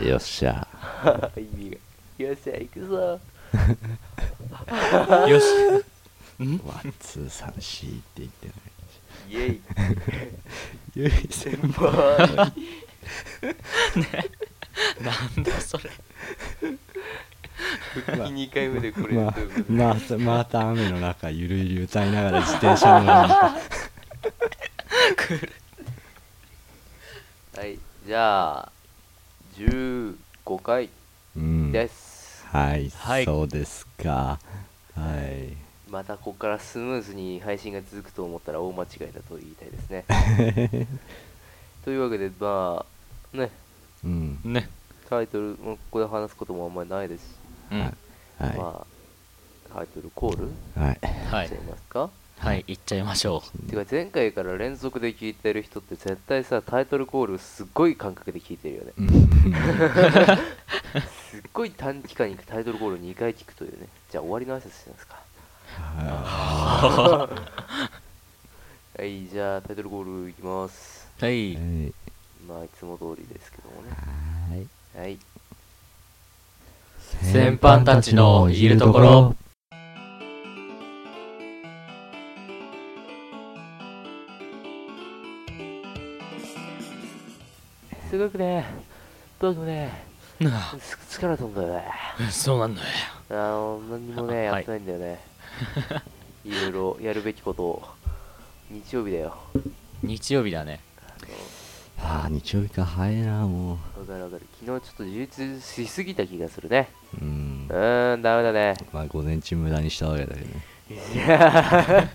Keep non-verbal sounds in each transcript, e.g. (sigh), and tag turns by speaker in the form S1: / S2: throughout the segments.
S1: よっしゃ。
S2: (laughs) 意味がよっしゃ行くぞ
S3: よし。ん
S1: ワン、ツー、サン、シーって言ってない。
S2: イエイ
S1: ゆい
S2: 先輩
S3: なんだそれ。
S2: 復帰2回目でこれ
S1: まあ
S2: ということ、で
S1: まあ、また雨の中、ゆるゆる歌いながら自転車の中。
S2: はいじゃあ15回
S1: うん。
S2: です、
S1: はい、
S3: はい
S1: そうですか。はい。
S2: またここからスムーズに配信が続くと思ったら大間違いだと言いたいですねというわけでまあね
S1: うん。
S3: ね。
S2: タイトルもここで話すこともあんまりないですし、
S3: うん。
S1: ははい。
S2: まあタイトルコール
S1: はい。
S3: は
S2: し
S3: い
S2: ちゃい。ますか、
S3: はい、行っちゃいましょ
S2: てか前回から連続で聞いてる人って絶対さタイトルコールすっごい感覚で聞いてるよねすっごい短期間にタイトルコール2回聞くというねじゃあ終わりの挨拶しますかはいじゃあタイトルコールいきます
S3: う。はい。
S2: まあいつも通りですけどもね
S1: はい。
S2: はい
S3: 先輩たちのいるところ。
S2: すごくね僕もね
S3: なあ
S2: す疲れたんだよね
S3: (laughs) そうなんだよ。
S2: あの何もねや
S3: はい
S2: ってないんだよ (laughs) ね、い、ろいろやるべきことを日曜日だよ
S3: 日曜日だね。
S1: ああ、日曜日か、早いな、もう。
S2: わかるわかる昨日ちょっと充実しすぎた気がするね
S1: うん
S2: う。ーんダメだね (laughs)
S1: まあ、午前中無駄にしたわけだけどね。
S2: いや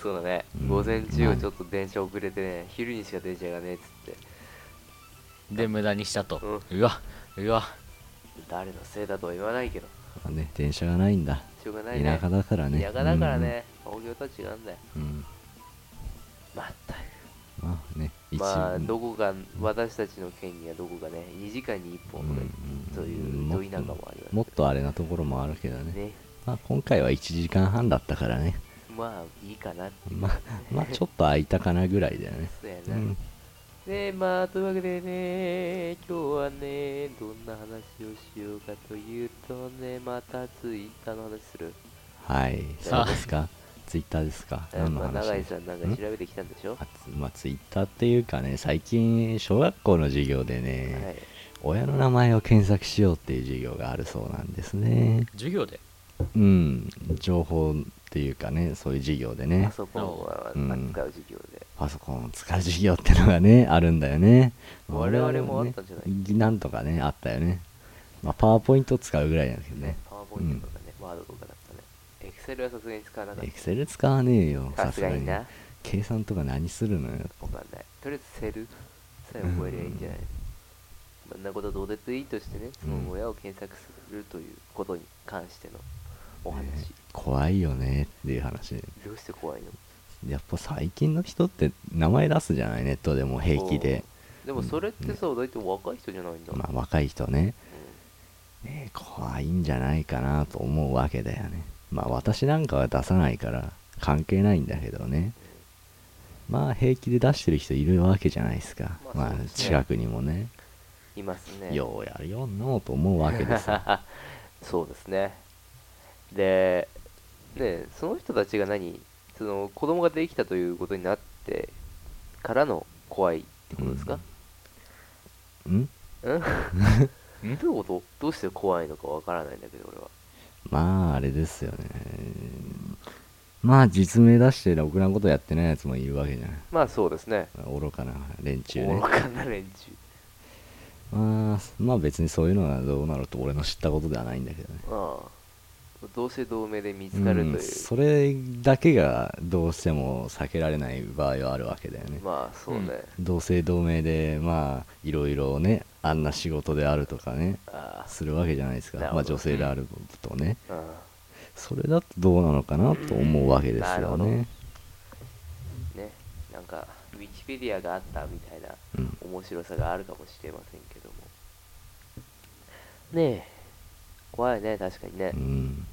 S2: そうだね、
S1: うん
S2: 午前中はちょっと電車遅れてね、昼にしか電車がねえっつって、
S3: で、無駄にしたと。うわ、うわ。
S2: 誰のせいだとは言わないけど、
S1: まあね、電車がないんだ。
S2: しょうがないね
S1: 田。舎だからね。
S2: 田舎だからね、大行とは違うんだよ。
S1: うん。うん。
S2: まった
S1: まあね、
S2: く。まあ、どこか、私たちの県にはどこかね、2時間に1本とか、という、ど田舎もあり
S1: も
S2: ま
S1: っとあれなところもあるけど
S2: す
S1: ね、
S2: ね。
S1: まあ、今回は1時間半だったからね
S2: まあ、いいかな。
S1: まあまあちょっと空いたかなぐらいだよね、
S2: そうや
S1: う
S2: な。
S1: ん、
S2: で、まあ、というわけでね、今日はね、どんな話をしようかというとね、またツイッターの話する。
S1: はいそうですかツイッターですか
S2: あ
S1: 何の
S2: まあ、
S1: 話
S2: 永井さんなんか調べてきたんでしょ
S1: あつまあツイッターっていうかね最近小学校の授業でね、
S2: はい、
S1: 親の名前を検索しようっていう授業があるそうなんですね
S3: 授業で
S1: うん情報っていうかねそういう授業でね
S2: パソコンは
S1: うん
S2: 扱う授業で、
S1: パソコンを使う授業ってのがね (laughs) あるんだよね
S2: 我々もあ
S1: ね
S2: ったんじゃない
S1: なんとかねあったよねまあパワーポイント使うぐらいなんですけどね
S2: パワーポイントとかね、ワードとかだったねエクセルはさすがに使わなかっ
S1: エクセル使わねえよ
S2: たさすがにな
S1: 計算とか何するのよ
S2: わかんないとりあえずセルさえ覚えりゃいいんじゃない、そんなことどうでもいいとしてねその親を検索するということに関してのお話、
S1: 怖いよねっていう話
S2: どうして怖いの
S1: やっぱ最近の人って名前出すじゃないネットでも平気で
S2: おうでもそれってさ、大体若い人じゃないんだ、
S1: まあ若い人ね
S2: う
S1: ねえ怖いんじゃないかなと思うわけだよねまあ私なんかは出さないから関係ないんだけどねまあ平気で出してる人いるわけじゃないですか
S2: まあ
S1: ま
S2: そう
S1: あ
S2: ですね
S1: 近くにもね
S2: んいますね
S1: ようやるよんのうと思うわけですよ
S2: (laughs) そうですねでねその人たちが何その子供ができたということになってからの怖いってことですか、
S1: うん
S2: うん、ど
S1: (laughs)
S3: ん
S2: ういうことどうして怖いのかわからないんだけど俺は
S1: まああれですよねまあ実名出してろくなことやってないやつもいるわけじゃない
S2: まあそうですね
S1: 愚かな連中ね
S2: 愚かな連中
S1: まあまあ別にそういうのはどうなると俺の知ったことではないんだけどね
S2: ああ同姓同名で見つかるという、
S1: うんそれだけがどうしても避けられない場合はあるわけだよね、
S2: まあそうね、
S1: 同姓同名でまあいろいろねあんな仕事であるとかね
S2: ああ
S1: するわけじゃないですか、
S2: なるほ
S1: まあ、
S2: ど
S1: 女性であるとね
S2: あ
S1: それだとどうなのかなと思うわけですよ
S2: うんなる
S1: ね、
S2: あねなんかウィキペディアがあったみたいな
S1: うん
S2: 面白さがあるかもしれませんけどもねえ怖いね確かにね、
S1: うん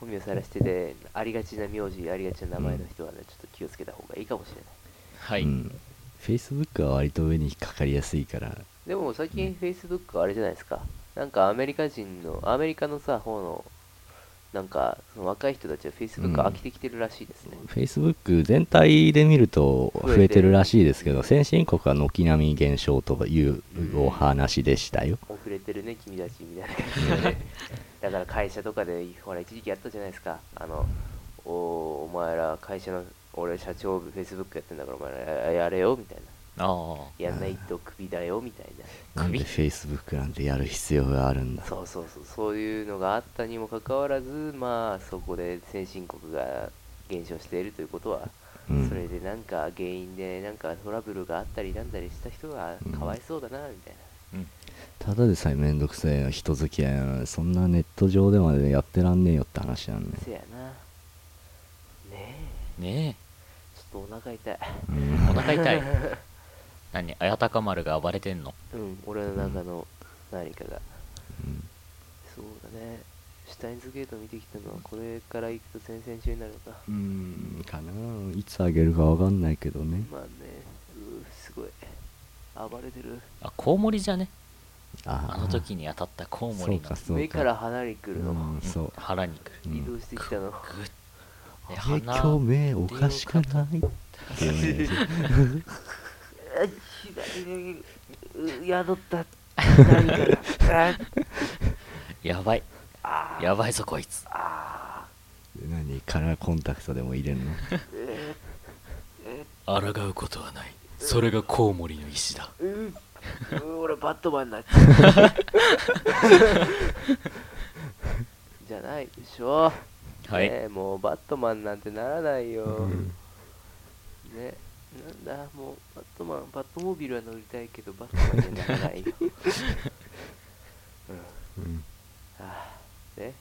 S2: 本名さらしててありがちな名字ありがちな名前の人はねちょっと気をつけた方がいいかもしれない
S3: はい。
S1: うん、Facebook は割と上に引っかかりやすいから
S2: でも最近 Facebook あれじゃないですか。なんかアメリカ人の、アメリカのさ、方の、なんかその若い人たちは Facebook
S1: うん
S2: 飽きてきてるらしいですね。
S1: Facebook 全体で見ると
S2: 増えて
S1: 増えてるらしいですけど先進国は軒並み減少というお話でしたよ、
S2: 遅れてるね、君たちみたいな感じ
S1: (laughs)
S2: で、ね。だから会社とかで、ほら、一時期やったじゃないですか。あの、おーお前ら会社の、俺社長 Facebook やってんだからお前らややれよ、みたいな。
S3: あ
S2: やんないとクビだよ、みたいな。
S1: なんで
S3: 首
S1: Facebook なんてやる必要があるんだ
S2: そうそうそうそういうのがあったにもかかわらずまあそこで先進国が減少しているということは、
S1: うん
S2: それでなんか原因でなんかトラブルがあったりなんだりした人が
S1: うん
S2: かわいそうだなみたいな、
S3: あうん
S1: ただでさえめんどくせえ人付き合いなのにそんなネット上でまでやってらんねえよって話なんね
S2: せやなねえ
S3: ね
S2: ちょっとお腹痛い
S1: うん
S3: えお腹痛い何綾鷹丸が暴れてんの
S2: (laughs) うん俺の中の何かが、そうだねシュタインズゲート見てきたのはこれから行くと先々週になるのか
S1: うんかないつあげるかわかんないけどね
S2: まあねうーすごい暴れてる
S3: あコウモリじゃね
S1: あー
S3: あの時に当たったコウモリ
S1: そう
S3: の
S1: かそう
S2: 目から離れくるの、
S1: うんそう
S3: 腹にくる
S1: うん
S2: 移動してきたの、
S3: グッ
S1: あ
S3: で
S1: れ
S3: 鼻
S1: 今日目おかしくないっていうね
S2: あ左にう宿った何かが
S3: (laughs)
S2: あ
S3: やばい
S2: あー
S3: やばいぞこいつ
S2: あ
S1: 何カラーコンタクトでも入れるの
S2: ーえ
S3: 抗うことはないそれがコウモリの意志だ
S2: ーうーうー俺バットマンになっちゃう
S3: (laughs)
S2: じゃないでしょ
S3: はい
S2: ねえもうバットマンなんてならないよ、ねなんだもうバットマンバットモービルは乗りたいけどバットマンにはならない
S1: (laughs)
S2: よ、うん
S1: うん
S2: ああね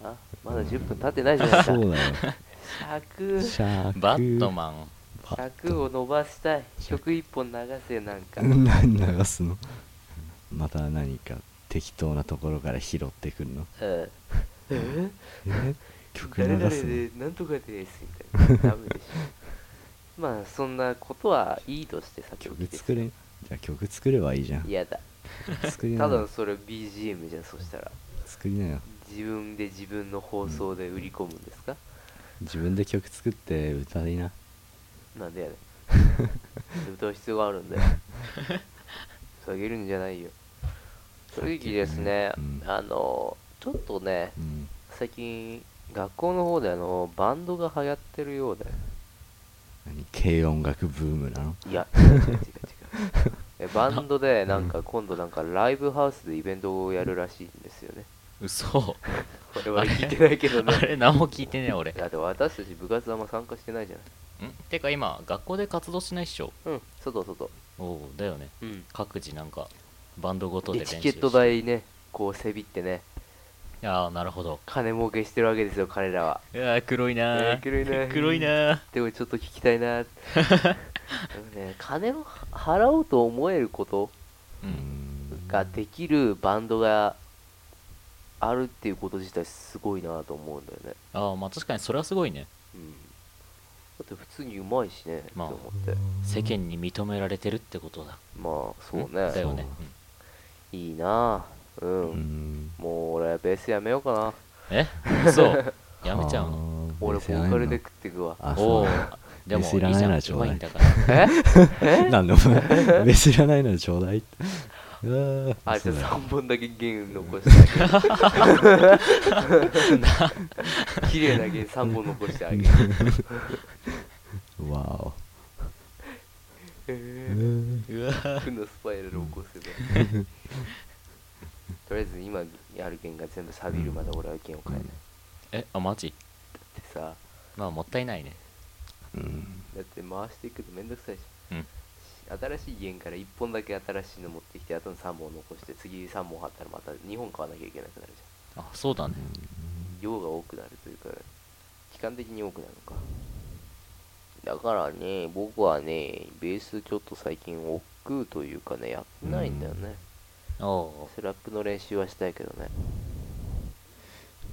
S2: あまだ10分経ってないじゃないですか
S1: そうだよ
S2: 尺
S1: シャーク
S3: バットマン
S2: 尺を伸ばしたい曲一本流せなんか
S1: うん何流すのまた何か適当なところから拾ってくるの
S2: ええ
S1: え曲
S2: 誰々
S1: 流すの
S2: でなんとかですみたいなダメでしょまあそんなことはいいとして先おき
S1: 曲
S2: です
S1: 作れんじゃあ曲作ればいいじゃん
S2: 嫌だ
S1: 作りな
S2: た
S1: よ
S2: だそれ BGM じゃんそしたら
S1: 作りなよ
S2: 自分で自分の放送で売り込むんですか
S1: 自分で曲作って歌いな
S2: なんでやね (laughs) ん歌う必要があるんだよ下げるんじゃないよ正直ですね、
S1: うん
S2: あのちょっとね
S1: うん
S2: 最近学校の方であのバンドが流行ってるようで
S1: 何軽音楽ブームなの
S2: い (laughs) や違う違う違う違うえバンドでなんか今度なんかライブハウスでイベントをやるらしいんですよ (laughs) ね
S3: 嘘
S2: これは聞いてないけどね
S3: (laughs) あれ何も聞いてねえ俺ん
S2: だって私たち部活あんま参加してないじゃ
S3: てか今学校で活動しないっしょ
S2: ないうん外外
S3: おおだよね
S2: うん各
S3: 各自なんかバンドごとで練習
S2: チ
S3: し
S2: ケット代ねこうせびってね
S3: ああなるほど
S2: 金儲けしてるわけですよ彼らは
S3: うわー黒いなー、
S2: えー黒いなー
S3: (laughs) 黒いなー
S2: でもちょっと聞きたいなでもね金を払おうと思えること
S3: うん
S2: ができるバンドがあるっていうこと自体すごいなと思うんだよね、
S3: ああまあ確かにそれはすごいね
S2: うん、だって普通にうまいしねって
S3: まあ
S2: 思って
S3: 世間に認められてるってことだ
S2: まあそうね
S3: んだよね
S2: いいなうん、
S1: うん
S2: もう俺ベースやめようかな
S3: うんえ嘘やめちゃうの
S1: の
S2: 俺ボーカルで食っていくわ
S1: あ
S3: お
S1: そ
S3: お
S1: う
S3: ー (laughs) でも
S1: 別
S3: い
S1: に
S3: い
S1: い
S3: じ
S1: らないなんら
S3: ゃう
S1: ちょうだ
S3: ま
S1: い
S3: いんだから
S1: (laughs)
S2: え
S1: なんでお前別にいらないならちょうだいってうわー
S2: あじゃ
S1: そうだ
S2: (laughs) あ3本だけ弦残してあ
S1: (laughs)
S2: げる綺麗な弦3本残してあげる
S1: わお
S2: え
S1: うー
S3: うわー
S2: 負のスパイラルを起こせばとりあえず今やる弦が全部サビるまで俺は弦を変えない、
S1: うん
S2: だ
S3: えあマジ
S2: ってさ
S3: まあもったいないね
S1: うん
S2: だって回していくとめんどくさいし
S3: うん
S2: 新しい弦から1本だけ新しいの持ってきてあとの3本残して次3本貼ったらまた2本買わなきゃいけなくなるじ
S3: あそうだね
S2: ゃん量が多くなるというか期間的に多くなるのかだからね僕はねベースちょっと最近億劫というかねやってないんだよね、
S3: おお
S2: スラップの練習はしたいけどね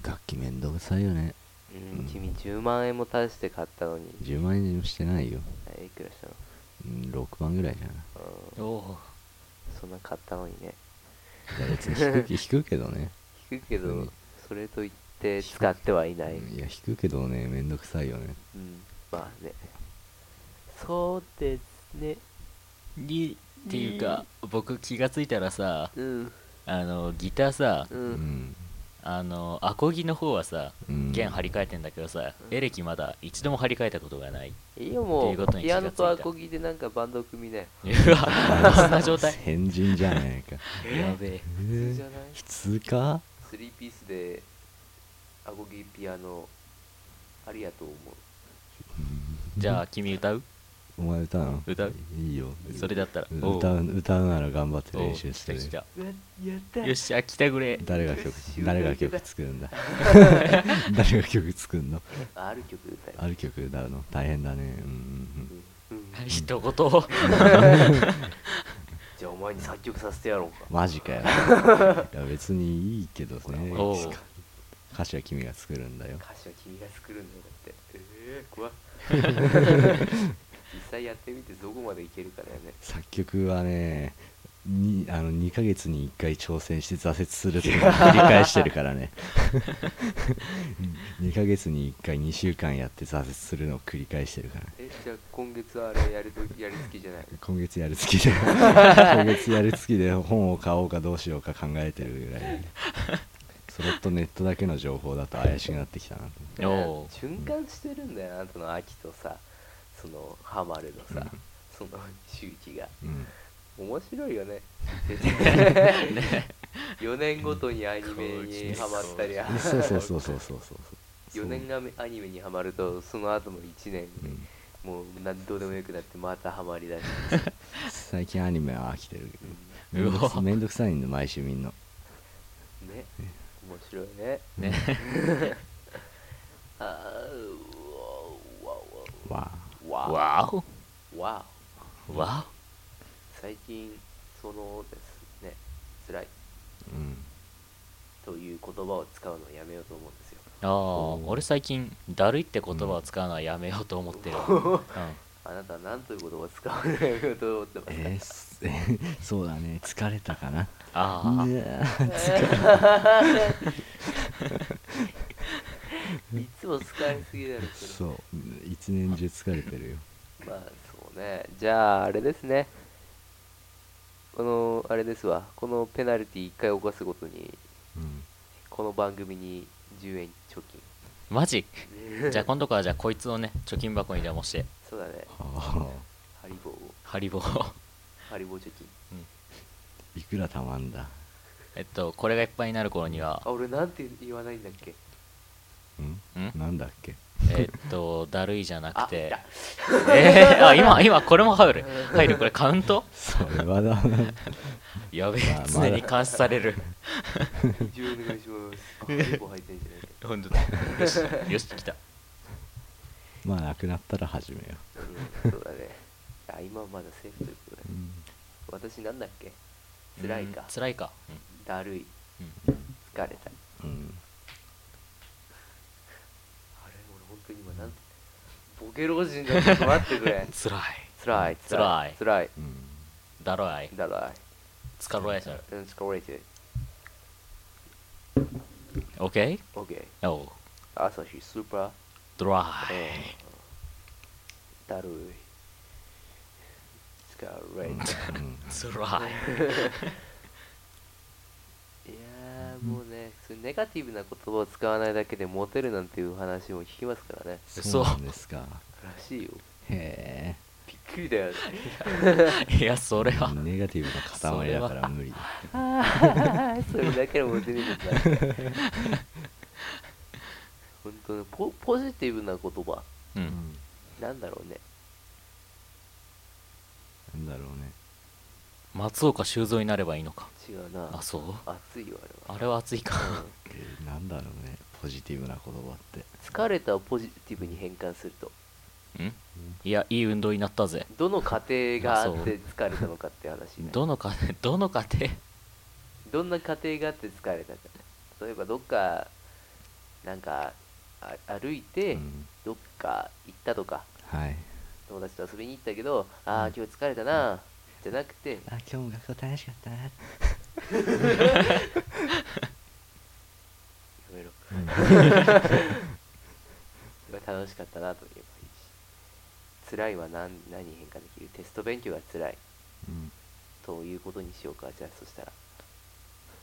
S1: 楽器めんどくさいよね
S2: うん
S1: うん
S2: 君10万円も足して買ったのに、
S1: 10万円もしてないよ
S2: えいくらしたの
S1: うん6万ぐらいじゃな
S2: うん
S3: ーおお
S2: そんな買ったのにね
S1: いや別 (laughs) に引く引くけどね
S2: 引くけ
S1: う
S2: ど
S1: ん
S2: それといって使ってはいない、
S1: いや引くけどねめんどくさいよね
S2: うん、まあねそうですね
S3: にっていうか僕気がついたらさ
S2: うん
S3: あのギターさ
S2: う
S1: うんん
S3: あのアコギの方はさ
S1: うん (laughs)
S3: 弦張り替えてんだけどさ、
S2: うん
S3: エレキまだ一度も張り替えたことがない
S2: いいよも
S3: っていう
S2: う
S3: ことに気
S2: ピ
S3: がついた
S2: アノとアコギでなんかバンド組みね
S3: うわ (laughs) そんな状態
S1: 変人じゃね (laughs) えか
S3: やべえ
S1: え
S2: 普通じ
S1: ー
S2: ゃない
S1: 普通か
S2: 3ピースでアコギピアノありやと思う
S3: じゃあ君歌う
S1: お前歌うの
S3: 歌う
S1: いいよ
S3: それだったらおう
S1: 歌う歌うなら頑張って
S3: おう
S1: 練習
S3: 来
S1: して
S3: た来た
S2: やった
S3: よっしゃ来たくれ
S1: 誰が (laughs) 曲誰が曲作るんだ
S3: (laughs)
S1: 誰が曲作るの
S2: ある曲歌え
S1: ある曲歌うの大変だねうんうんうん
S2: うんうん
S3: 一言
S2: じゃあお前に作曲させてやろうか
S1: マジかよいや別にいいけどね
S3: おう
S1: 歌詞は君が作るんだよ
S2: 歌詞は君が作るんだよだってええ怖っ
S3: (laughs)
S2: 実際やってみてどこまでいけるかだよね
S1: 作曲はねにあの2ヶ月に1回挑戦して挫折するっていうのを繰り返してるからね2ヶ月に1回2週間やって挫折するのを繰り返してるからね
S2: えじゃあ今月はあれやるとやりつきじゃない
S1: 今月やる月で今月やる月で本を買おうかどうしようか考えてるぐらいでねそれとネットだけの情報だと怪しくなってきたなと思って
S3: おう
S2: 循環してるんだよなあんたの秋とさそのハマるのさ
S1: うん
S2: その周期が
S1: うん
S2: 面白いよね4年ごとにアニメにハマったり
S1: そうそうそうそうそうそうそう
S2: 4年がアニメにハマるとその後の1年
S1: うん
S2: もう何どうでもよくなってまたハマりだし、
S1: 最近アニメは飽きてるけどめん
S3: う
S1: どく
S3: わ
S1: さめんどくさいんで毎週みんな
S2: ね面白いね
S3: ね
S2: (laughs) あーうわ
S1: わ
S2: うわうわうわ
S3: わお
S2: うわ
S3: わ
S2: 最近そのですね辛い
S1: うん
S2: という言葉を使うのをやめようと思うんですよ
S3: おああ俺最近だるいって言葉を使うのはやめようと思ってる、うん、
S2: あなたは何という言葉を使うのをやめようと思ってますか、
S1: えーす (laughs) えそうだね疲れたかな
S3: ああ、
S1: いやー
S2: いつも使いすぎだろそれ
S1: そう一年中疲れてるよ
S2: まあそうねじゃああれですねこのあれですわこのペナルティ1回犯すごとに
S1: うん
S2: この番組に10円貯
S3: マジ
S2: 金
S3: (laughs) じゃあ今度からじゃあこいつをね貯金箱にでもして
S2: そうだね
S1: は
S2: ハリボーを
S3: ハリボーを
S2: ハリボー貯金
S3: うん
S1: あいくらたまんだ
S3: えっとこれがいっぱいになる頃には
S2: あ俺なんて言わないんだっけ
S1: うん
S3: ん
S1: なんだっけ
S3: えっとだるいじゃな
S2: あ
S3: く
S2: い
S3: て
S2: た
S3: えー、あ今今これも入る入るこれカウント
S1: それはだな
S3: やべえ
S1: まあまだ
S3: 常に監視される
S2: 10円お願いしますあハリボー入ってんじゃないか
S3: 本当だよしよし来た
S1: (laughs) まあなくなったら始めよ
S2: うんそうだねあ今はまだセーフということで
S1: う、うん
S2: 私なんだっけ (laughs) 辛いか
S3: うん辛いか、うん
S2: だるい
S3: うん
S2: 疲れたあれ
S1: うん、
S2: 俺本当に今なんボケ老人だちょっと待ってく (laughs) れ
S3: (laughs) 辛い
S2: 辛い辛い辛い
S1: うん、
S3: だろい
S2: だらい
S3: 疲れてる
S2: うん疲れてる
S3: OK?
S2: OK
S3: おう
S2: 朝日スーパ
S3: ドラ
S2: ーうんだるい疲れ
S1: (laughs)
S2: た
S1: うん
S3: イ辛い
S2: いやーもうねそういうネガティブな言葉を使わないだけでモテるなんていう話も聞きますからね
S1: そうなんですから
S2: しいよ
S1: へえ
S2: びっくりだよ
S3: (laughs) いやそれ
S1: (laughs)
S3: は
S1: ネガティブな塊だから無理だ
S2: あーそれだけでも出てくるんだ本当ねポポジティブな言葉
S3: う
S1: うんん
S2: なんだろうね
S1: なんだろうね
S3: 松岡修造になればいいのか
S2: 違うな
S3: あそう
S2: 熱いよあ
S3: あ
S2: れ
S3: れは熱いか
S2: はうん
S1: えーなんだろうねポジティブな言葉って
S2: 疲れたをポジティブに変換すると
S3: うんいやいい運動になったぜ
S2: どの過程があっ
S3: あ
S2: て疲れたのかって話ね
S3: どの家庭 (laughs) どの家庭
S2: どんな過程があって疲れたか例えばどっかなんかあ歩いて
S1: うん
S2: どっか行ったとか
S1: はい
S2: 友達と遊びに行ったけどああ今日疲れたなじゃなくて
S1: あ今日も学校楽しかったな
S2: やめろそれが楽しかったなと言えばいいし辛いは何何に変化できるテスト勉強が辛い
S1: うん
S2: ということにしようかじゃあそしたら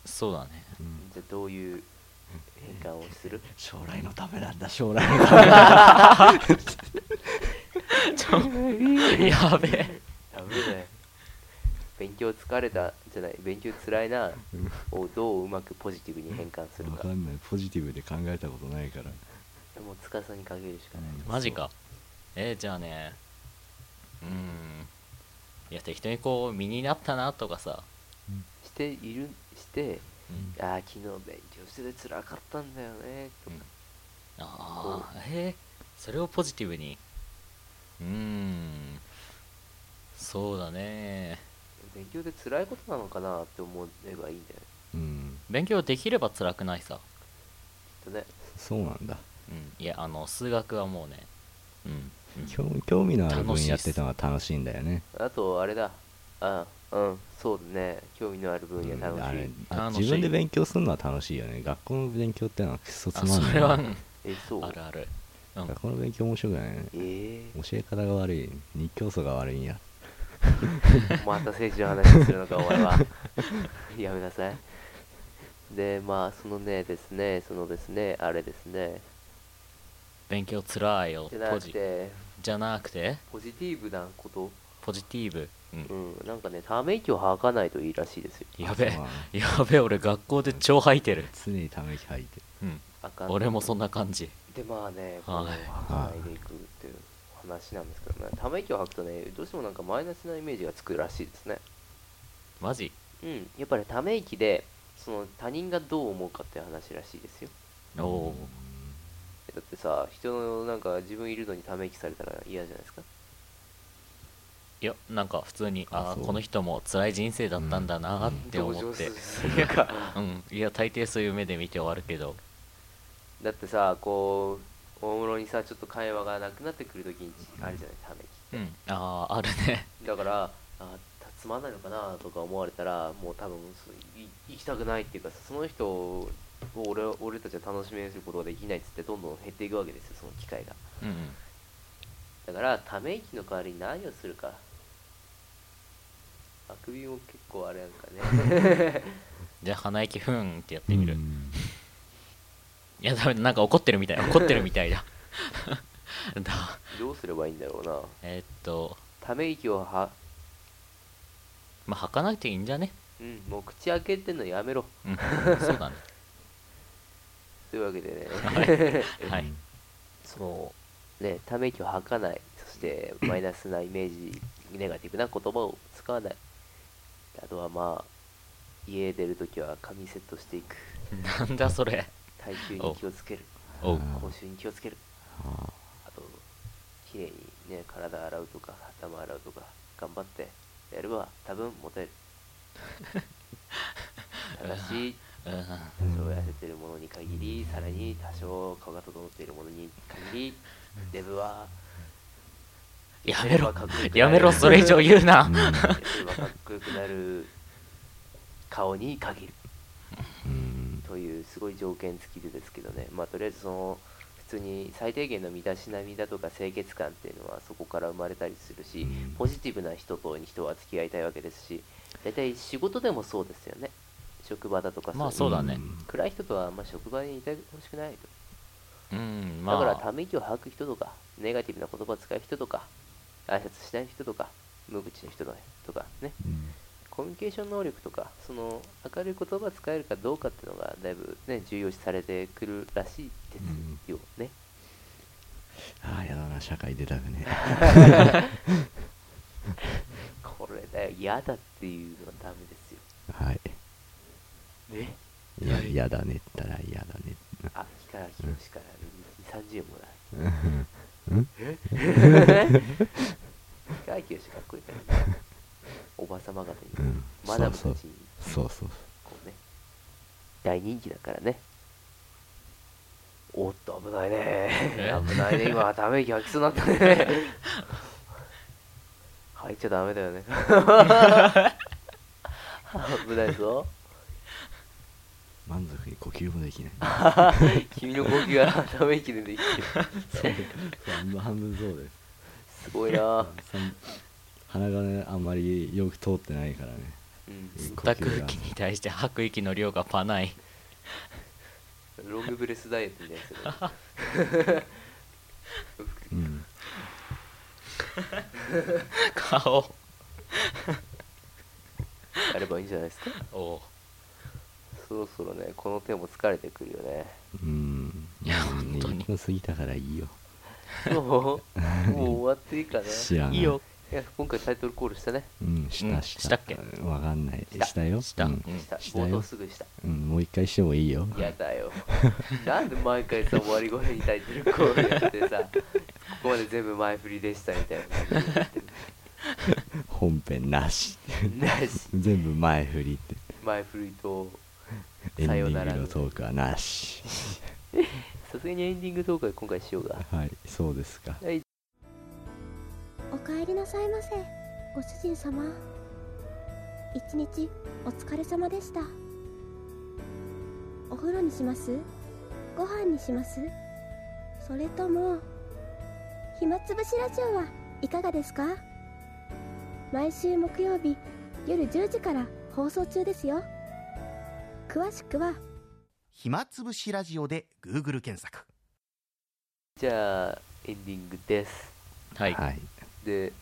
S3: そうだね
S1: うん
S2: じゃあどういう変換をす
S1: (laughs)
S2: る
S1: 将来のためなんだ将来のためなんだ
S3: やべえ
S2: ダメだよ勉強疲れたじゃない勉強辛いなをどううまくポジティブに変換する
S1: わ
S2: か
S1: かんないポジティブで考えたことないから
S2: もう司にかけるしかない、
S1: うん
S3: マジかえーじゃあねうーんいや適当にこう身になったなとかさ
S2: しているして
S3: うん
S2: ああ昨日勉強してて辛かったんだよねとか、
S3: うんああえーそれをポジティブにうーんそうだね
S2: 勉強で辛いことなのかなって思えばいいんだよ
S1: うん
S3: 勉強できれば辛くないさ
S2: きっとね
S1: そうなんだ
S3: うんいやあの数学はもうねうん
S1: 興興味のある分
S3: 楽しい
S1: 野
S3: っ
S1: っ
S3: す
S1: てたのは楽しいんだよね
S2: あとあれだあうんそうだね興味のある分野
S1: うん
S2: 楽し
S1: あ
S2: い、
S1: れあ
S3: 楽しい
S1: 自分で勉強するのは楽しいよね学校の勉強ってのはクソつ
S3: あ
S1: まんない
S3: それはうん
S2: えそう
S3: あるあるうん
S1: 学校の勉強面白くないね
S2: え
S1: (laughs)
S2: え
S1: 教え方が悪い日教祖が悪いんや
S2: また政治の話をするのかお前は (laughs) やめなさいでまあそのねですねそのですねあれですね
S3: 勉強つらいよ
S2: じゃな
S3: ポ
S2: く
S3: ジ
S2: て
S3: じゃなくて
S2: ポジティブなこと
S3: ポジティブ、うん
S2: うんなんかねため息を吐かないといいらしいですよ
S3: やべ
S1: あ
S3: え
S1: そうなの
S3: やべえ俺学校で超吐いてる、
S1: 常にため息吐いて
S3: うん、
S2: あかん
S3: 俺もそんな感じ
S2: でまあね、こう
S3: はい
S2: 吐かないでいくっていう話なんですけどね、ため息を吐くとね、どうしてもなんかマイナスなイメージがつくらしいですね。
S3: マジ
S2: うん、やっぱりため息で、その他人がどう思うかっていう話らしいですよ。
S3: おお
S2: だってさ、人のなんか自分いるのにため息されたら嫌じゃないですか。
S3: いやなんか普通に
S1: あ
S3: あ
S1: そう
S3: ーこの人も辛い人生だったんだなーって思って、
S2: 同情す (laughs) る
S3: いやうん、いや大抵そういう目で見て終わるけど
S2: だってさ、こう、大室にさ、ちょっと会話がなくなってくるときに、あるじゃない、ため息。
S3: うんあああるね
S2: だから、あたつまんないのかなとか思われたら、もう多分そうい行きたくないっていうか、その人を俺は俺たちは楽しみにすることができないっつって、どんどん減っていくわけですよ、その機会が。
S3: うんうん
S2: だから、ため息の代わりに何をするか。あくびも結構あれなんか
S3: (laughs)
S2: ね。
S3: じゃあ鼻息ふーんってやって
S1: うん
S3: みる、いやダメなんか怒ってるみたい
S2: (laughs)
S3: 怒ってるみたいだだ
S2: どうすればいいんだろうな。
S3: えーっと
S2: ため息をは、
S3: まあ吐かなくていいんじゃね
S2: うん、もう口開けてんのやめろ。
S3: うんそうだね
S2: というわけでね。
S3: はい
S2: (laughs) そのねため息を吐かないそしてマイナスなイメージネガティブな言葉を使わないあとはまあ家出るときは髪セットしていく
S3: なんだそれ
S2: 体臭に気をつける
S3: おう
S1: あ
S2: 口臭に気をつける
S1: あ
S2: あと綺麗にね体洗うとか頭洗うとか頑張ってやれば多分モ
S3: (laughs)
S2: テるただし
S3: うん
S2: 多少痩せてるものに限りさらに多少顔が整っているものに限りデブは
S3: やめろ
S2: かっこよくなる
S3: やめろそれ以上言うな、
S1: うん
S2: 今かっこよくなる顔に限る
S1: うん
S2: というすごい条件付きでですけどねまあとりあえずその普通に最低限の身だしなみだとか清潔感っていうのはそこから生まれたりするし
S1: うん
S2: ポジティブな人と人は付き合いたいわけですし大体仕事でもそうですよね職場だとか
S3: まあそうだね
S1: うん
S2: 暗い人とはあんま職場にいてほしくないと
S3: うんま
S2: だ
S3: あ
S2: からため息を吐く人とか、ネガティブな言葉を使う人とか、挨拶しない人とか、無口の人とかとかね、
S1: うん
S2: コミュニケーション能力とか、その明るい言葉を使えるかどうかっていうのが、だいぶね、重要視されてくるらしいですよね。
S1: ああやだな社会出たくね
S2: これだよ、嫌だっていうのはダメですよ。
S3: (laughs)
S1: えはい
S2: ね、
S1: いや嫌だねったら嫌だね
S2: あ、木からひろしから30もらう。
S3: (laughs)
S1: うん (laughs)
S2: 木からひろしかっこいいからね。おばさま方に
S1: う、ん
S2: マダムたち
S1: そう
S2: に、
S1: そうそう
S2: こうね、大人気だからね。おっと、危ないね
S3: え。
S1: (laughs)
S2: 危ないね、今、ため息吐きそうになったね。入っちゃダメだよ
S1: (laughs)
S2: ね危ないぞ
S1: 満足に呼吸もできない
S2: 君の呼吸がため息でできてる
S1: そうそう半分そうです
S2: すごいな
S1: さん鼻がねあんまりよく通ってないからね
S2: うん
S1: いい
S4: 吸っ
S1: 呼
S4: た
S1: 吸
S4: 空
S1: が
S4: 気に対して吐く息の量がパない
S2: ロングブレスダイエットみたいなや
S1: うん
S4: 顔
S2: つやればいいんじゃないですか
S4: おう
S2: そろそろねこの手も疲れてくるよ
S1: (laughs)
S2: ね
S1: うんいや
S4: 本当に
S1: 1分過ぎたからいいよ
S2: もうもう終わっていいかな
S1: 知らない
S4: いいよ
S2: いや今回タイトルコールしたね
S1: うんし
S4: う
S1: た
S4: ん
S1: した
S4: したっけ
S1: わかんない
S2: した
S1: したよ
S4: した
S1: うん
S4: うん
S2: した
S1: したよ
S2: 冒頭すぐした
S1: うんもう一回してもいいよ
S2: やだ
S1: (laughs)
S2: よなんで毎回さ終わり声にタイトルコールやってさここまで全部前振りでしたみたいな感じ
S1: 本編なし
S2: になってるなし
S1: 全部前振りって
S2: 前振りと
S1: エン
S2: さ
S1: デ
S2: よ
S1: ィ
S2: な
S1: ン
S2: ら
S1: グ
S2: の
S1: のトークはなし
S2: さすがにエンディングトークは今回しようが
S1: はいそうですか
S2: はい
S5: お帰りなさいませご主人様一日お疲れ様でしたお風呂にしますご飯にしますそれとも暇つぶしラジオはいかがですか毎週木曜日夜10時から放送中ですよ詳しくは
S6: 暇つぶしラジオで Google 検索
S2: じゃあエンディングです
S4: はい、
S1: はい
S2: で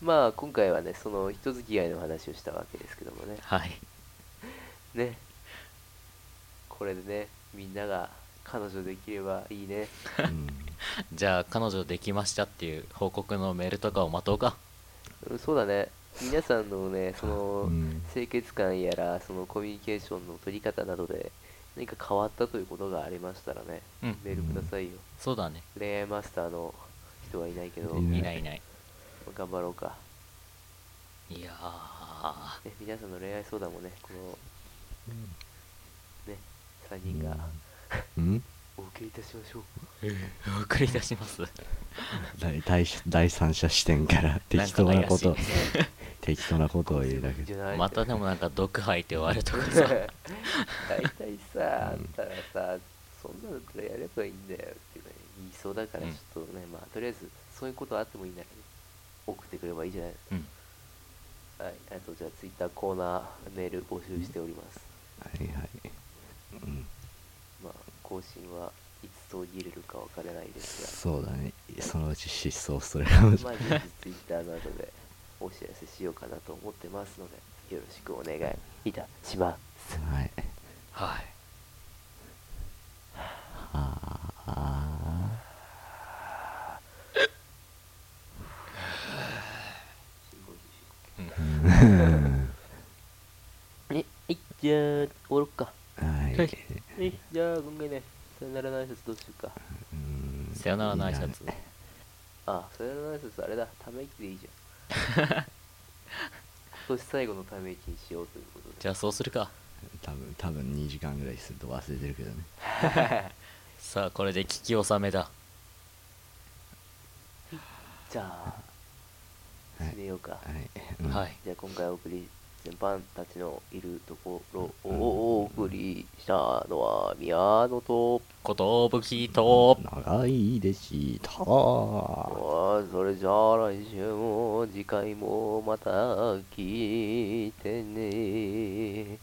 S2: まあ今回はねその人付き合いの話をしたわけですけどもね
S4: はい、
S2: ねこれでねみんなが彼女できればいいね
S1: うん
S4: じゃあ彼女できましたっていう報告のメールとかを待とうか
S2: うんそうだね皆さんのねその
S4: (laughs)
S1: うん
S2: 清潔感やらそのコミュニケーションの取り方などで何か変わったということがありましたらね、
S4: うん
S2: メールくださいよ
S4: そうだね
S2: 恋愛マスターの人はいないけど
S1: いない
S4: いないいない
S2: 頑張ろうか、
S4: いやー
S2: ね、皆さんの恋愛相談もねこのね3人が
S1: うん
S2: お受けいたしましょう
S3: (laughs)
S4: お送り出します
S1: 第第第三者視点から適当なこ
S4: (laughs) な
S1: と
S4: んかないらし
S1: 適当なことを言うだけ
S2: じ
S1: で
S2: ゃない
S4: ま
S2: (laughs)
S4: たでもなんか毒吐いて終わるとか
S1: (laughs)
S4: さ
S2: 大体さあんたらさそんなのったらやればいいんだよっていうの言いそうだから
S4: うん
S2: ちょっとね、まあとりあえずそういうことあってもいいなら、ね、送ってくればいいじゃない
S4: うん
S2: はい、あとじゃあツイッターコーナーメール募集しております。
S1: はいはいうん
S2: まあ、更新はいつ途切れるか分からないです
S1: そうだねそのうち失踪するかも
S4: (laughs)
S2: が、
S1: し
S2: ま
S1: れ
S2: あ、
S1: ない
S2: 随時ツイッターなどでお知らせしようかなと思ってますので、よろしくお願いいたします。
S1: はい
S4: はい
S1: ああ
S2: え、いじゃあ、終わろっか。
S1: はい、
S4: はい
S2: え、じゃあ、今回ね、さよならの挨拶どうしようか。
S1: うん
S4: さよならの挨拶
S2: あさよならの挨拶あれだ、ため息でいいじゃん。
S4: (laughs)
S2: 今年最後のため息にしようということで。
S4: じゃあそうするか
S1: 多分多分2時間ぐらいすると忘れてるけどね
S4: さあこれで聞き納めだ
S2: じゃあ、
S1: はい
S2: 締めようか。
S1: はい、うん
S4: はい
S2: じゃあ今回お送り全般たちのいるところをお送りしたのは宮野と、
S4: ことぶきと
S1: 長いでした
S2: それじゃあ来週も次回もまた聞いてね。